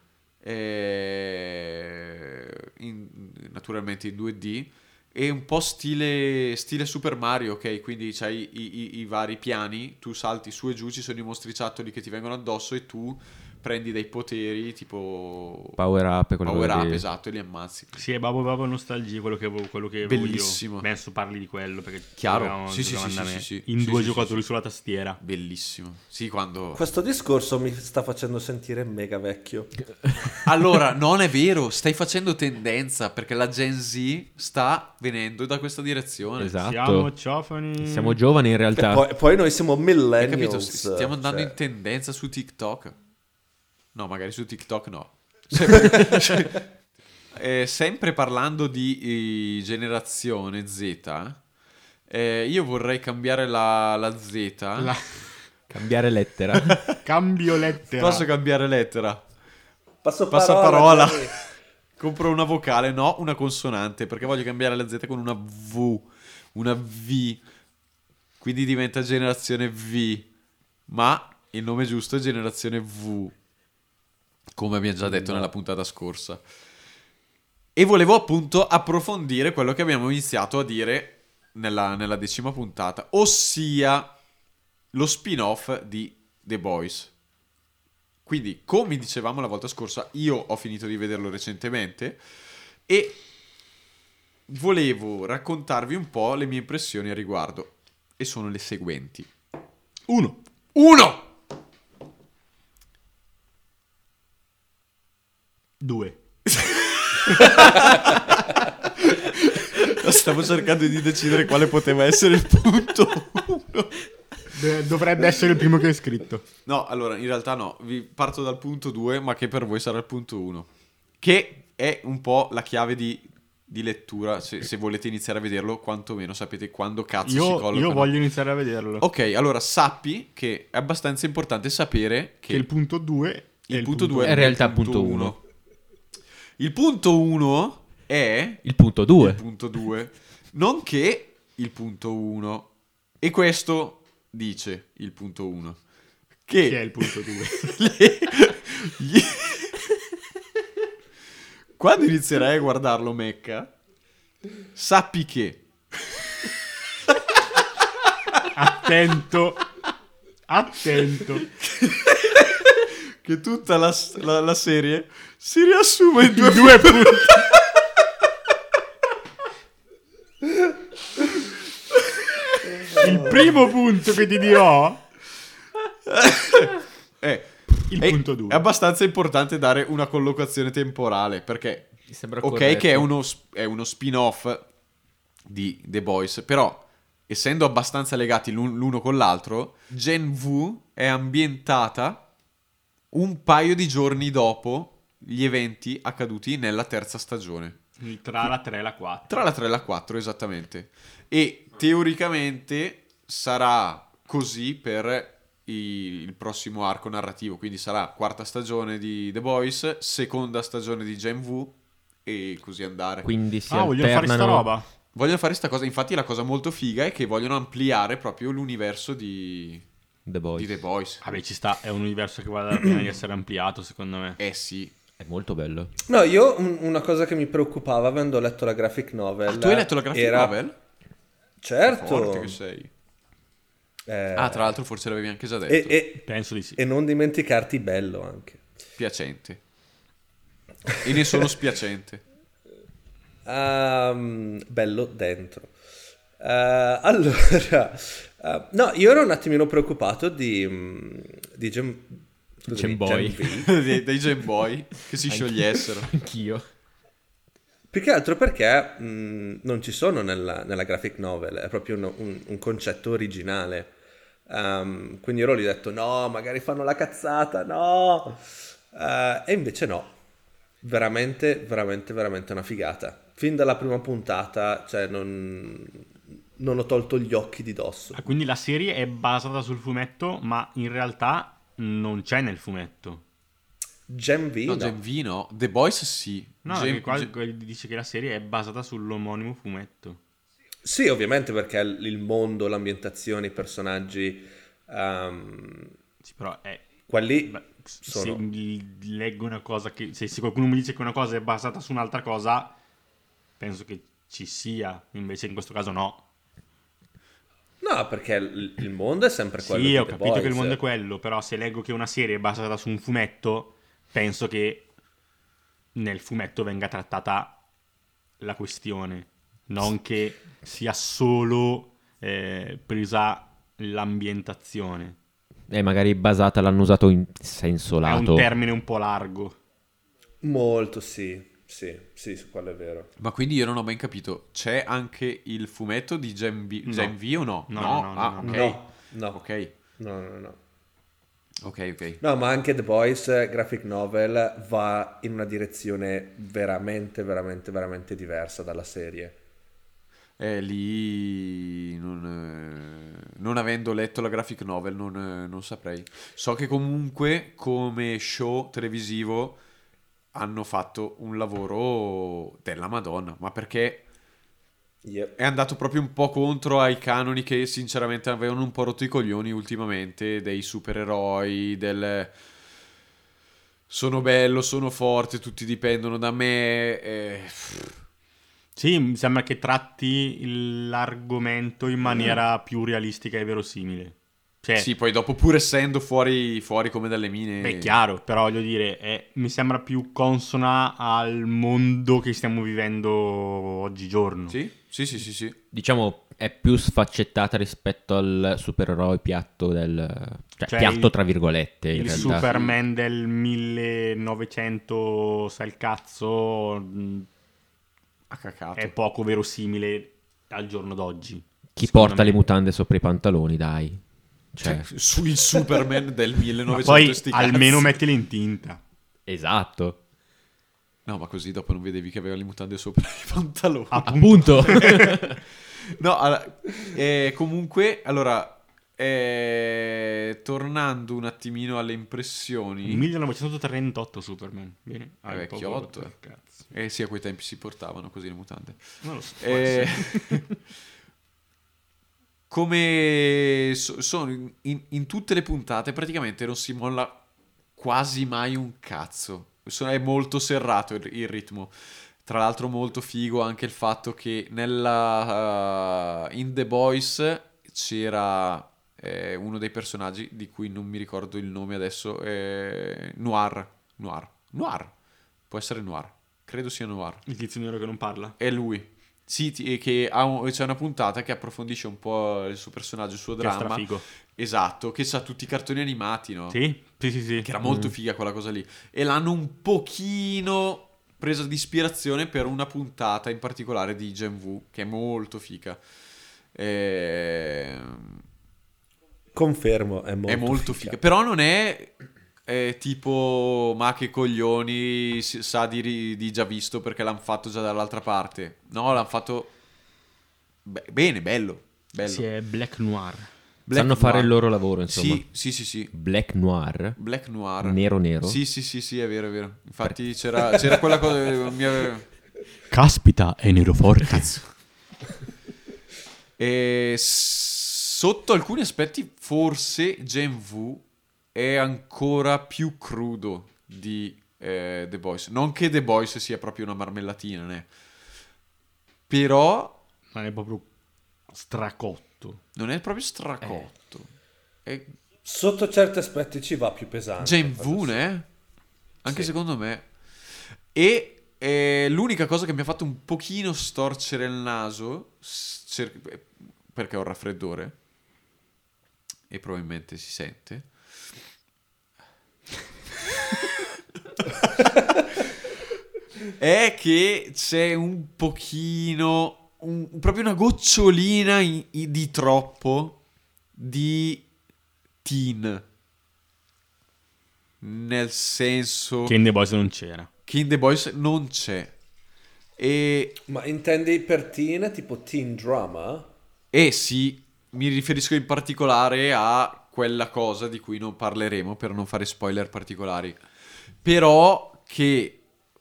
D: eh, in- naturalmente in 2D, e un po' stile, stile Super Mario, ok? Quindi c'hai i, i- i vari piani, tu salti su e giù, ci sono i mostriciattoli che ti vengono addosso e tu prendi dei poteri tipo
E: Power up e quello
D: power up,
E: lì.
D: esatto, e li ammazzi.
F: Sì, è Babbo Babbo Nostalgia quello che avevo, quello che avevo
D: Bellissimo.
F: io. Penso parli di quello perché
D: Chiaro.
F: giocavamo-
D: Sì, sì,
F: giocavamo
D: sì,
F: da
D: sì,
F: me.
D: sì, sì.
F: In
D: Sì,
F: due
D: sì,
F: giocatori sulla tastiera.
D: Bellissimo. Sì, quando
B: Questo discorso mi sta facendo sentire mega vecchio.
D: Allora, non è vero, stai facendo tendenza perché la Gen Z sta venendo da questa direzione.
E: Esatto.
F: Siamo ciofani.
E: Siamo giovani in
B: E
E: realtà.
B: poi, poi noi siamo
D: Hai
B: millennials.
D: capito? S- Stiamo andando
B: cioè.
D: in tendenza su TikTok. No, magari su TikTok no. Sempre, cioè, eh, sempre parlando di eh, generazione Z, eh, io vorrei cambiare la, la Z.
F: La-
E: Cambiare lettera.
F: Cambio lettera.
D: Posso cambiare lettera?
B: Passo
D: Passa
B: parola.
D: parola. Compro una vocale, no, una consonante, perché voglio cambiare la Z con una V, una V. Quindi diventa generazione V. Ma il nome giusto è generazione V. Come abbiamo già detto nella puntata scorsa. E volevo appunto approfondire quello che abbiamo iniziato a dire nella, nella decima puntata, ossia lo spin-off di The Boys. Quindi, come dicevamo la volta scorsa, io ho finito di vederlo recentemente e volevo raccontarvi un po' le mie impressioni al riguardo. E sono le seguenti.
F: Uno.
D: Uno!
F: Due.
D: Stavo cercando di decidere quale poteva essere il punto. Uno.
F: De- dovrebbe essere il primo che hai scritto.
D: No, allora, in realtà no. Vi parto dal punto 2, ma che per voi sarà il punto 1. Che è un po' la chiave di, di lettura, se, se volete iniziare a vederlo, quantomeno sapete quando cazzo si
F: Io,
D: colloca.
F: io voglio iniziare a vederlo.
D: Ok, allora sappi che è abbastanza importante sapere che,
F: Che il punto 2
D: il punto 2
E: È in realtà punto
D: uno.
E: uno.
D: Il punto 1 è
E: Il punto 2.
D: il punto 2, nonché il punto 1. E questo dice il punto 1. Che,
F: Che è il punto 2.
D: le- gli- Quando inizierai a guardarlo, Mecca, sappi che...
F: Attento. Attento.
D: che tutta la, la- la serie si riassume in due, punti.
F: Il primo punto che ti dirò
D: Eh,
F: Il
D: è-
F: punto due.
D: È abbastanza importante dare una collocazione temporale perché,
E: Mi sembra
D: ok,
E: corretto.
D: che è uno, sp- è uno spin-off di The Boys, però essendo abbastanza legati l'un- l'uno con l'altro, Gen V è ambientata un paio di giorni dopo gli eventi accaduti nella terza stagione.
F: tra la 3 e la 4.
D: Tra la 3 e la 4, esattamente. E teoricamente sarà così per i- il prossimo arco narrativo, quindi sarà quarta stagione di The Boys, seconda stagione di Gen V e così andare.
E: Quindi si
F: Ah, vogliono fare sta
E: alternano
F: roba.
D: Vogliono fare sta cosa, infatti la cosa molto figa è che vogliono ampliare proprio l'universo di,
E: The Boys.
D: di The Boys.
B: Ah,
F: Vabbè, ci sta, è un universo che vale la pena di essere ampliato, secondo me.
D: Eh sì.
E: È molto bello.
B: No, io un- una cosa che mi preoccupava avendo letto la graphic novel.
D: Ah, tu hai letto la graphic
B: era-
D: novel? Che Forte
B: Certo.
D: che sei.
B: Eh,
D: Ah, tra l'altro forse l'avevi anche già detto.
B: e, e-
F: Penso di sì.
B: e non dimenticarti bello anche.
D: Piacente. E ne sono spiacente.
B: Ehm, bello dentro. Eh, allora, eh, no, io ero un attimino preoccupato di, mm, di Gem, scusami,
E: Gemboy.
B: Gen V.
D: dei, dei Gen Boy che si sciogliessero.
E: Anch'io.
B: Più che altro perché mh, non ci sono nella, nella graphic novel, è proprio un, un- un concetto originale. Ehm, quindi ero lì ho detto no, magari fanno la cazzata, no! Eh, e invece no, veramente, veramente, veramente una figata. Fin dalla prima puntata, cioè, non, non ho tolto gli occhi di dosso.
F: Ah, quindi la serie è basata sul fumetto, ma in realtà non c'è nel fumetto.
B: Gen V,
D: No,
B: no.
D: Gen V no. The Boys sì.
F: No,
D: Gen-
F: perché qua
D: Gen-
F: dice che la serie è basata sull'omonimo fumetto.
B: Sì, ovviamente perché il il mondo, l'ambientazione, i personaggi, ehm,
F: Sì, però è...
B: quelli
F: beh,
B: sono...
F: Se mi leggo una cosa che... Se, se qualcuno mi dice che una cosa è basata su un'altra cosa, penso che ci sia. Invece in questo caso no.
B: No, perché il il mondo è sempre quello.
F: Sì,
B: di
F: ho
B: The
F: capito
B: Boys.
F: che il mondo è quello, però se leggo che una serie è basata su un fumetto, penso che nel fumetto venga trattata la questione, non che sia solo eh, presa l'ambientazione.
E: E magari basata, l'hanno usato in senso
F: È
E: lato.
F: un termine un po' largo.
B: Molto sì, sì, sì, su quello è vero.
D: Ma quindi io non ho ben capito, c'è anche il fumetto di Gen V,
F: No.
D: Gen V o no?
F: No, no, no,
D: ah,
F: no,
D: ok.
B: No, no,
D: Ok,
B: no, no, no.
D: ok, ok.
B: No, ma anche The Boys eh, graphic novel va in una direzione veramente, veramente, veramente diversa dalla serie.
D: Eh, lì non, eh, non avendo letto la graphic novel non, eh, non saprei. So che comunque come show televisivo hanno fatto un lavoro della Madonna, ma perché
B: Yep.
D: è andato proprio un po' contro ai canoni che sinceramente avevano un po' rotto i coglioni ultimamente dei supereroi, del sono bello, sono forte, tutti dipendono da me. eh,
F: Sì, mi sembra che tratti il- l'argomento in maniera più realistica e verosimile. Cioè,
D: Mm. Sì, eh. poi dopo pur essendo fuori, fuori come dalle mine...
F: Beh, è chiaro, però voglio dire, è- mi sembra più consona al mondo che stiamo vivendo oggigiorno.
D: Sì, sì, sì, sì, sì.
E: Diciamo, è più sfaccettata rispetto al supereroe piatto del... Cioè,
F: Cioè,
E: piatto
F: il-
E: tra virgolette, in
F: Il
E: realtà.
F: Superman del 1900, sai il cazzo, mh,
D: Ha cacato.
F: è poco verosimile al giorno d'oggi.
E: Chi
F: secondo
E: porta
F: me.
E: le mutande sopra i pantaloni, dai. Cioè,
D: Cioè, su il Superman del
F: Ma
D: 1900
F: poi
D: sti cazzi. Mm.
F: almeno mettili in tinta.
E: esatto.
D: No, ma così dopo non vedevi che aveva le mutande sopra i pantaloni.
F: Ah.
E: Appunto.
D: No, allora, eh, comunque, allora, eh, tornando un attimino alle impressioni,
F: 1938 Superman. Bene.
D: Ah, vecchiotto, eh.
F: Cazzo.
D: eh sì, a quei tempi si portavano così le mutande.
F: Non lo so.
D: Eh,
F: forse.
D: come so- sono in, in- in tutte le puntate, praticamente non si molla quasi mai un cazzo. So- È molto serrato il, il ritmo. Tra l'altro, molto figo anche il fatto che nella, uh, in The Boys c'era eh, uno dei personaggi di cui non mi ricordo il nome adesso. eh, Noir. Noir. Noir. Può essere Noir. Credo sia Noir.
F: Il tizio nero che non parla.
D: È lui. Sì, ti- e che ha un- c'è una puntata che approfondisce un po' il suo personaggio, il suo
F: Che è
D: dramma.
F: strafigo.
D: Esatto, che sa tutti i cartoni animati, no?
F: Sì? Sì, sì, sì.
D: Che era molto figa quella cosa lì. E l'hanno un pochino presa di ispirazione per una puntata in particolare di Gen V, che è molto figa. Ehm,
B: Confermo, è molto,
D: è molto figa. Però non è eh, tipo ma che coglioni si- sa di, ri- di già visto perché l'hanno fatto già dall'altra parte. No, l'hanno fatto be- bene, bello, bello.
F: Sì, è Black Noir.
D: Black
E: Sanno fare
D: Noir.
E: il loro lavoro, insomma.
D: Sì, sì, sì, sì.
E: Black Noir.
D: Black Noir.
E: Nero nero.
D: Sì, sì, sì, sì, è vero, è vero. Infatti c'era, c'era quella cosa mi aveva-
F: Caspita, è nero forte.
D: E s- sotto alcuni aspetti, forse Gen V è ancora più crudo di eh, The Boys. Non che The Boys sia proprio una marmellatina, né? però
F: Ma è proprio stracotto.
D: non è
E: Eh.
D: proprio stracotto. È
B: Sotto certi aspetti ci va più pesante.
D: Gen
B: Questo
D: V,
B: sì.
D: né? Anche secondo me. E eh, l'unica cosa che mi ha fatto un pochino storcere il naso, s- cer- eh, perché ho il raffreddore, e probabilmente si sente, è che c'è un pochino, un- proprio una gocciolina in- in- di troppo di teen. Nel senso
F: Che in The Boys non c'era.
D: che in The Boys non c'è. E,
B: Ma intendi per teen, tipo teen drama?
D: e sì, mi riferisco in particolare a quella cosa di cui non parleremo per non fare spoiler particolari. Però che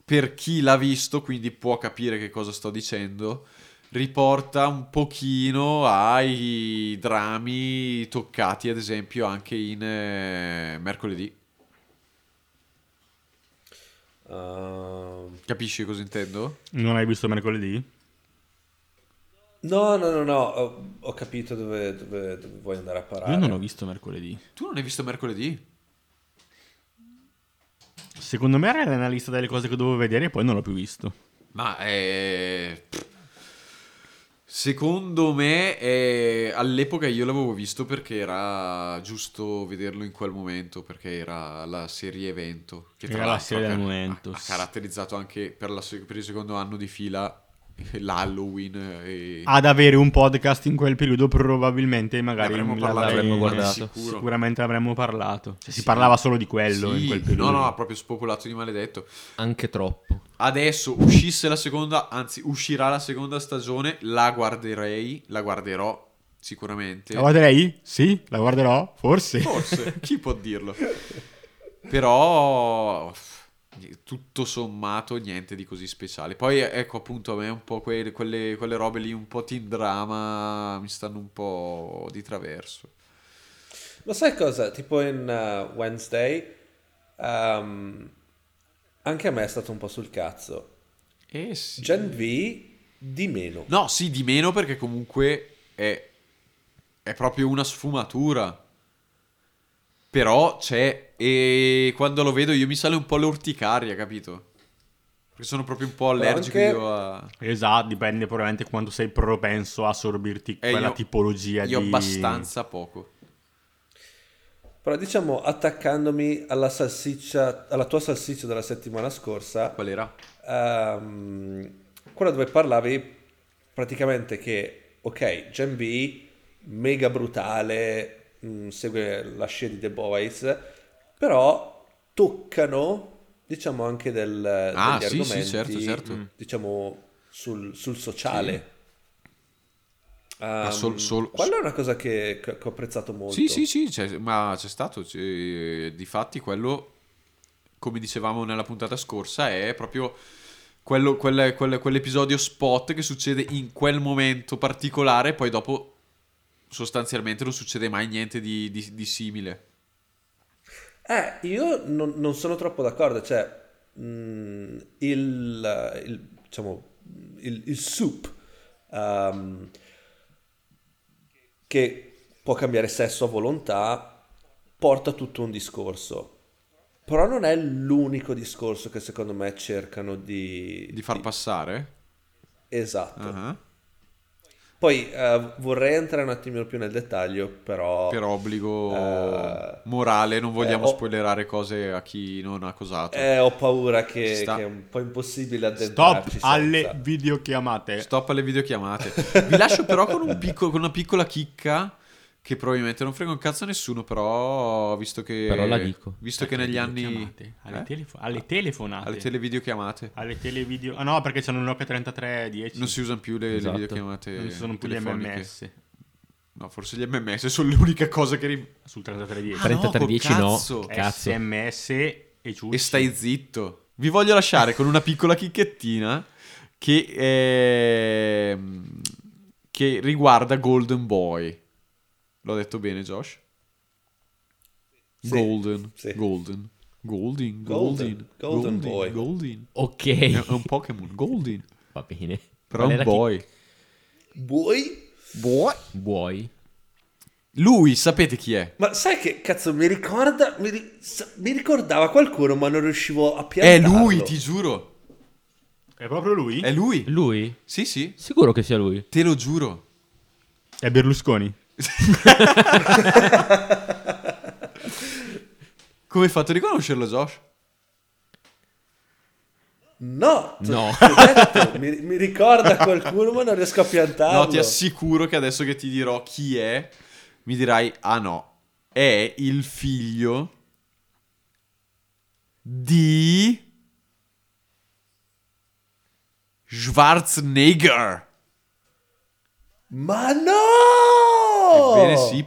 D: per chi l'ha visto, quindi può capire che cosa sto dicendo, riporta un pochino ai drammi toccati, ad esempio, anche in eh, mercoledì.
B: Ehm, Ehm,
D: Capisci cosa intendo?
F: Non hai visto mercoledì?
B: No, no, no, no, ho, ho capito dove, dove, dove vuoi andare a parare.
F: Io non l'ho visto mercoledì.
D: Tu non hai visto mercoledì?
F: Secondo me era nella lista delle cose che dovevo vedere e poi non l'ho più visto.
D: Ma eh, pff. Secondo me eh, all'epoca io l'avevo visto perché era giusto vederlo in quel momento, perché era la serie evento, che
F: Era la
D: l'altro
F: serie
D: ha,
F: del
D: ha-
F: momento,
D: ha
F: sì.
D: caratterizzato anche per, la se- per il secondo anno di fila eh, l'Halloween eh, e...
F: Ad avere un podcast in quel periodo probabilmente magari
D: Ne avremmo
F: la-
D: parlato,
E: l'avremmo
F: eh,
E: guardato.
D: Sicuro.
F: Sicuramente avremmo parlato. Cioè, si
D: Sì.
F: parlava solo di quello
D: Sì,
F: in quel periodo.
D: No, no, ha proprio spopolato di maledetto.
E: Anche troppo.
D: Adesso uscisse la seconda, anzi uscirà la seconda stagione, la guarderei, la guarderò sicuramente.
F: La guarderei? Sì, la guarderò, forse.
D: Forse, chi può dirlo? Però tutto sommato niente di così speciale. Poi ecco appunto a me un po' que- quelle, quelle robe lì un po' teen drama mi stanno un po' di traverso.
B: Ma sai cosa? Tipo in eh, Wednesday, ehm, anche a me è stato un po' sul cazzo.
D: Eh sì.
B: Gen V di meno.
D: No, sì, di meno perché comunque è, è proprio una sfumatura. Però c'è e quando lo vedo io mi sale un po' l'urticaria, capito? Perché sono proprio un po'
B: Però
D: allergico
B: anche-
D: io a...
F: Esatto, dipende probabilmente quanto sei propenso a assorbirti
D: Eh,
F: quella
D: io-
F: tipologia di...
D: Io abbastanza poco.
B: Però diciamo, attaccandomi alla salsiccia, alla tua salsiccia della settimana scorsa,
D: Qual era?
B: ehm, quella dove parlavi praticamente che, ok, Gen V, mega brutale, mh, segue la scia di The Boys, però toccano, diciamo, anche del,
D: Ah,
B: degli
D: sì, sì,
B: argomenti,
D: certo, certo.
B: mh, diciamo, sul, sul sociale. Ehm,
D: sol- sol-
B: quella è una cosa che, che ho apprezzato molto.
D: Sì, sì, sì, c'è- ma c'è stato. c'è- difatti, quello, come dicevamo nella puntata scorsa, è proprio quello- quel- quel- quell'episodio spot che succede in quel momento particolare, e poi dopo sostanzialmente non succede mai niente di, di- di simile.
B: Eh, io non, non sono troppo d'accordo, cioè mh, il, il- diciamo, il, il soup ehm, che può cambiare sesso a volontà porta tutto un discorso, però non è l'unico discorso che secondo me cercano di...
D: Di far passare?
B: Esatto.
D: Ah,
B: Poi eh, vorrei entrare un attimino più nel dettaglio, però...
D: Per obbligo
B: Eh,
D: morale, non vogliamo
B: eh, oh.
D: spoilerare cose a chi non ha cosato.
B: Eh, ho paura che,
D: Sta-
B: che è un po' impossibile addentrarci
F: Stop
B: senza.
F: alle videochiamate.
D: Stop alle videochiamate. Vi lascio però con, un picco- con una piccola chicca che probabilmente non frega un cazzo a nessuno, però visto che...
E: Però la dico.
D: Visto che negli anni...
F: Alle,
D: eh?
F: telefo- alle telefonate.
D: Alle televideochiamate.
F: Alle televideo... Ah no, perché c'hanno un Nokia 3310.
D: Non si usano più le, le
E: Esatto.
D: videochiamate
F: Non ci sono più gli
D: telefoniche.
F: MMS.
D: No, forse gli MMS sono l'unica cosa che... rim-
F: Sul 3310.
D: Ah, no,
E: 3310 no,
D: col cazzo.
E: cazzo.
F: Eh, SMS e ciucci.
D: E stai zitto. Vi voglio lasciare con una piccola chicchettina che, ehm, che riguarda Golden Boy. L'ho detto bene, Josh?
B: Sì,
D: Golden,
B: sì.
D: Golden, Golden, Golden,
B: Golden,
D: Golden,
B: Golden Boy.
D: Golden. È
E: Ok,
D: è un Pokémon, Golden,
E: va bene.
D: però è
E: Qual
D: un
E: era chi-
D: boy.
B: Buoi?
D: Boy.
E: Buoi.
D: Lui, sapete chi è?
B: Ma sai che cazzo mi ricorda? Mi, ri- sa- mi ricordava qualcuno, ma non riuscivo a
D: È
B: piantarlo.
D: Eh, lui, ti giuro.
F: È proprio lui?
D: È lui.
E: Lui?
D: Sì, sì,
E: Sicuro che sia lui.
D: te lo giuro.
F: È Berlusconi.
D: Come hai fatto a riconoscerlo, Josh?
B: No, t-
E: No.
B: t'ho detto, mi, mi ricorda qualcuno, ma non riesco a piantarlo.
D: No, ti assicuro che adesso che ti dirò chi è, mi dirai, ah no, è il figlio di Schwarzenegger.
B: Ma no!
D: Ebbene
E: Oh!
D: sì.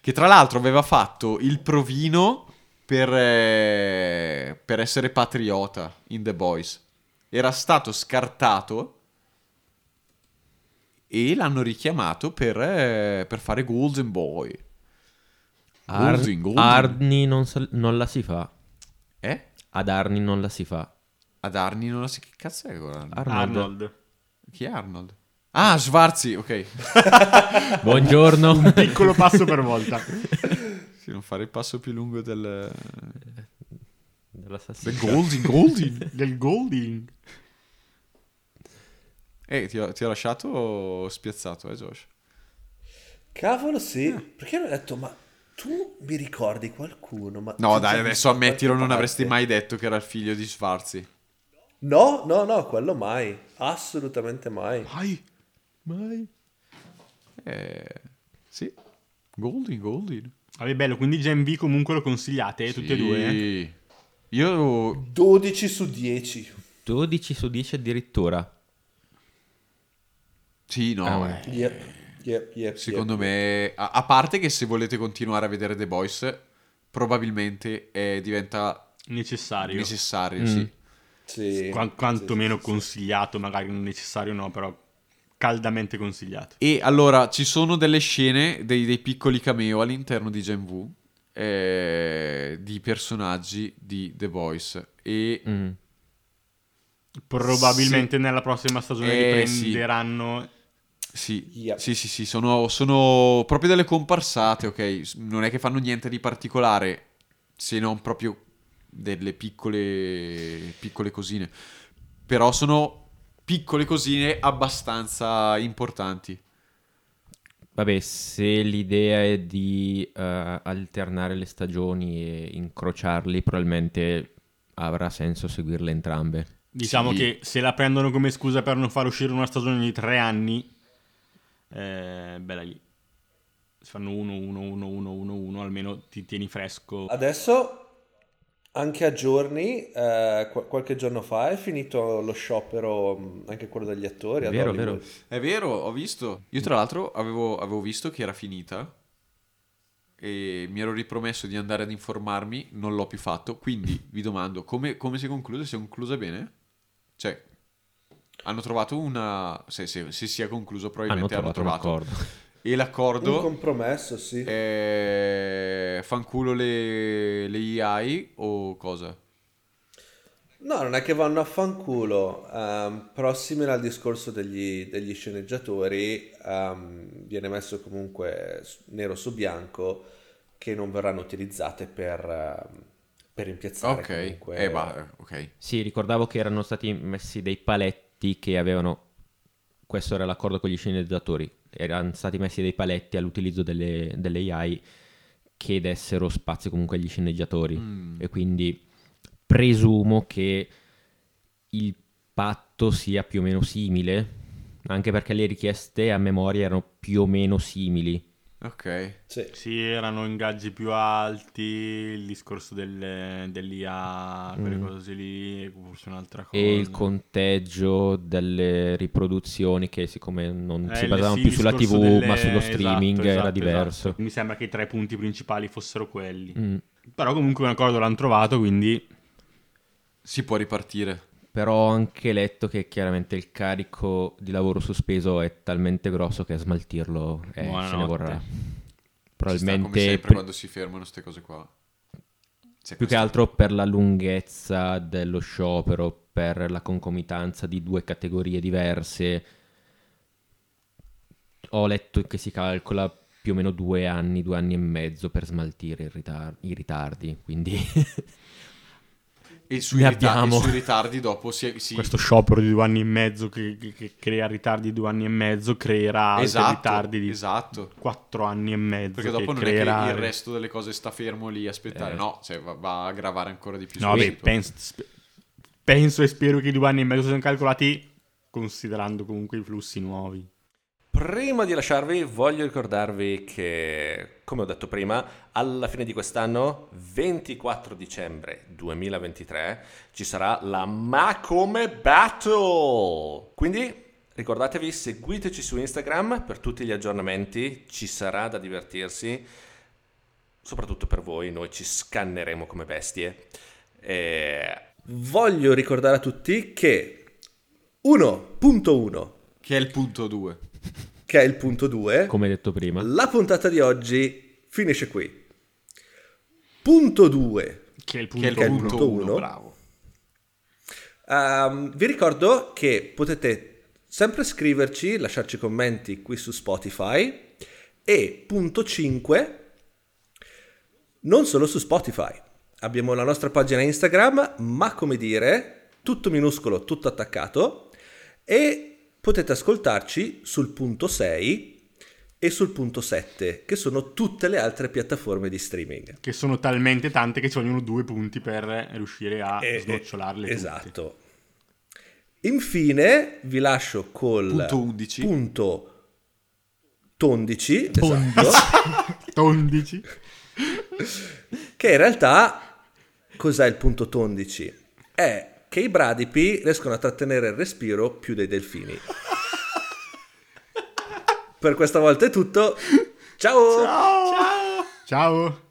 D: Che tra l'altro aveva fatto il provino per, eh, per essere patriota in The Boys. Era stato scartato e l'hanno richiamato per, eh, per fare Golden Boy.
E: Ar-
D: Golden, Golden.
E: Arni non, sa- non la si fa.
D: Eh?
E: Ad Arni non la si fa. Ah.
D: Ad Arni non la si... Che cazzo è quella?
E: Arnold.
F: Arnold.
D: Chi è Arnold? Ah, Schwarzi, ok.
E: Buongiorno.
F: Piccolo passo per volta.
D: Sì, non fare il passo più lungo del...
E: Della salsiccia.
D: Del Golding, Golding.
F: Del Golding.
D: Eh, ti ho, ti ho lasciato spiazzato, eh, Josh.
B: Cavolo, sì. Perché non ho detto, ma tu mi ricordi qualcuno? Ma
D: No,
B: tu
D: dai,
B: sei
D: adesso
B: da qualche
D: ammettilo, non
B: parte?"
D: avresti mai detto che era il figlio di Schwarzi.
B: No, no, no, quello mai. Assolutamente mai.
D: Mai, mai. Eh, sì. Golding, Golding.
F: Vabbè, bello, quindi Gen V comunque lo consigliate, eh, tutti e due.
D: Sì. Io
B: 12 su 10.
E: 12 su 10 addirittura.
D: sì, no.
E: Ah, ouais.
D: eh.
B: Yep, yep, yep,
D: Secondo
B: yep.
D: me, a, a parte che se volete continuare a vedere The Boys, probabilmente eh, diventa
F: Necessario.
D: necessario,
E: Mm.
D: sì.
B: Sì.
F: Qua- quantomeno
B: Sì, sì, sì, sì.
F: consigliato, magari non necessario no, però caldamente consigliato.
D: E allora ci sono delle scene, dei, dei piccoli cameo all'interno di Gen V eh, di personaggi di The Boys. E
E: Mm.
F: Probabilmente nella prossima stagione
D: Eh, sì.
F: riprenderanno
D: sì,
B: Yeah.
D: sì, sì, sì, sono, sono proprio delle comparsate, ok? S- Non è che fanno niente di particolare, se non proprio delle piccole, piccole cosine. Però sono piccole cosine abbastanza importanti.
E: Vabbè, se l'idea è di eh, alternare le stagioni e incrociarli, probabilmente avrà senso seguirle entrambe.
F: Diciamo
D: Sì.
F: che se la prendono come scusa per non far uscire una stagione ogni tre anni, eh, bella lì. Se fanno uno, uno, uno, uno, uno, uno, almeno ti tieni fresco.
B: Adesso, anche a giorni, eh, qu- qualche giorno fa, è finito lo sciopero, mh, anche quello degli attori. ad
E: Vero,
B: Hollywood.
D: È vero, ho visto. Io tra l'altro avevo, avevo visto che era finita e mi ero ripromesso di andare ad informarmi, non l'ho più fatto, quindi vi domando come, come si è conclusa? Si è conclusa bene? Cioè, hanno trovato una... Se, se- se si è concluso
E: Hanno
D: probabilmente hanno
E: trovato,
D: trovato.
E: un accordo.
D: E
B: Un
D: l'accordo
B: compromesso, sì.
D: Eh. è fanculo le, le AI o cosa?
B: No, non è che vanno a fanculo. ehm, prossimi al discorso degli, degli sceneggiatori, ehm, viene messo comunque s- nero su bianco che non verranno utilizzate per, ehm, per rimpiazzare
D: ok,
B: comunque.
D: eh, bah, ok.
E: Sì, ricordavo che erano stati messi dei paletti che avevano. Questo era l'accordo con gli sceneggiatori. Erano stati messi dei paletti all'utilizzo delle, delle AI che dessero spazio comunque agli sceneggiatori.
D: Mm.
E: E quindi presumo che il patto sia più o meno simile, anche perché le richieste a memoria erano più o meno simili.
D: Ok.
B: Sì.
F: Sì, erano ingaggi più alti, il discorso del, dell'IA, quelle
E: Mm.
F: cose lì, e forse un'altra cosa.
E: E il conteggio delle riproduzioni che siccome non
F: Eh,
E: si
F: le-
E: basavano
F: sì,
E: più
F: il
E: sulla tv
F: discorso delle-
E: ma sullo
F: esatto,
E: streaming
F: esatto,
E: era
F: esatto.
E: diverso.
F: Mi sembra che i tre punti principali fossero quelli.
E: Mm.
F: Però comunque un accordo l'hanno trovato, quindi...
D: Si può ripartire.
E: Però ho anche letto che chiaramente il carico di lavoro sospeso è talmente grosso che a smaltirlo eh, se
F: Buonanotte.
E: ne vorrà.
D: Ci sta
E: Probabilmente
D: come sempre
E: pri-
D: quando si fermano queste cose qua. Cioè,
E: più che
D: questo-
E: altro per la lunghezza dello sciopero, per la concomitanza di due categorie diverse. Ho letto che si calcola più o meno due anni, due anni e mezzo per smaltire il ritar- i ritardi, quindi
D: E sui,
E: ne
D: rita- e
E: abbiamo.
D: sui ritardi dopo si... si-
F: questo sciopero di due anni e mezzo che, che- che crea ritardi di due anni e mezzo creerà altri
D: esatto,
F: ritardi di
D: esatto.
F: quattro anni e mezzo
D: Perché
F: che
D: dopo non è
F: creerà...
D: che il resto delle cose sta fermo lì a aspettare.
E: Eh.
D: No, cioè va, va a aggravare ancora di più.
F: no
D: sulla
F: vabbè
D: situazione.
F: penso, spe- penso e spero che i due anni e mezzo siano calcolati considerando comunque i flussi nuovi
C: Prima di lasciarvi, voglio ricordarvi che, come ho detto prima, alla fine di quest'anno, 24 dicembre 2023, ci sarà la Ma Come Battle! Quindi ricordatevi, seguiteci su Instagram per tutti gli aggiornamenti, ci sarà da divertirsi, soprattutto per voi, noi ci scanneremo come bestie. E
B: Voglio ricordare a tutti che 1.1,
D: Che è il punto 2.
B: che è il punto 2,
E: come detto prima.
B: la puntata di oggi finisce qui. Punto 2.
F: che è il
D: Che
F: punto
D: è il
B: uno.
D: punto
B: Punto
D: 1.
B: uno.
D: Bravo.
B: Ehm, vi ricordo che potete Sempre scriverci, lasciarci commenti qui su Spotify e punto 5 non solo su Spotify. Abbiamo la nostra pagina Instagram, ma come dire, tutto minuscolo, tutto attaccato e potete ascoltarci sul punto 6 e sul punto 7, che sono tutte le altre piattaforme di streaming.
F: Che sono talmente tante che ci vogliono due punti per riuscire a
B: Eh, eh,
F: snocciolarle. tutte.
B: Esatto. Infine vi lascio col
D: Punto 11.
B: punto 11,
E: Tondici.
B: esatto,
F: 11.
B: che in realtà cos'è il punto 11? È che i bradipi riescono a trattenere il respiro più dei delfini. per questa volta è tutto. Ciao!
F: Ciao.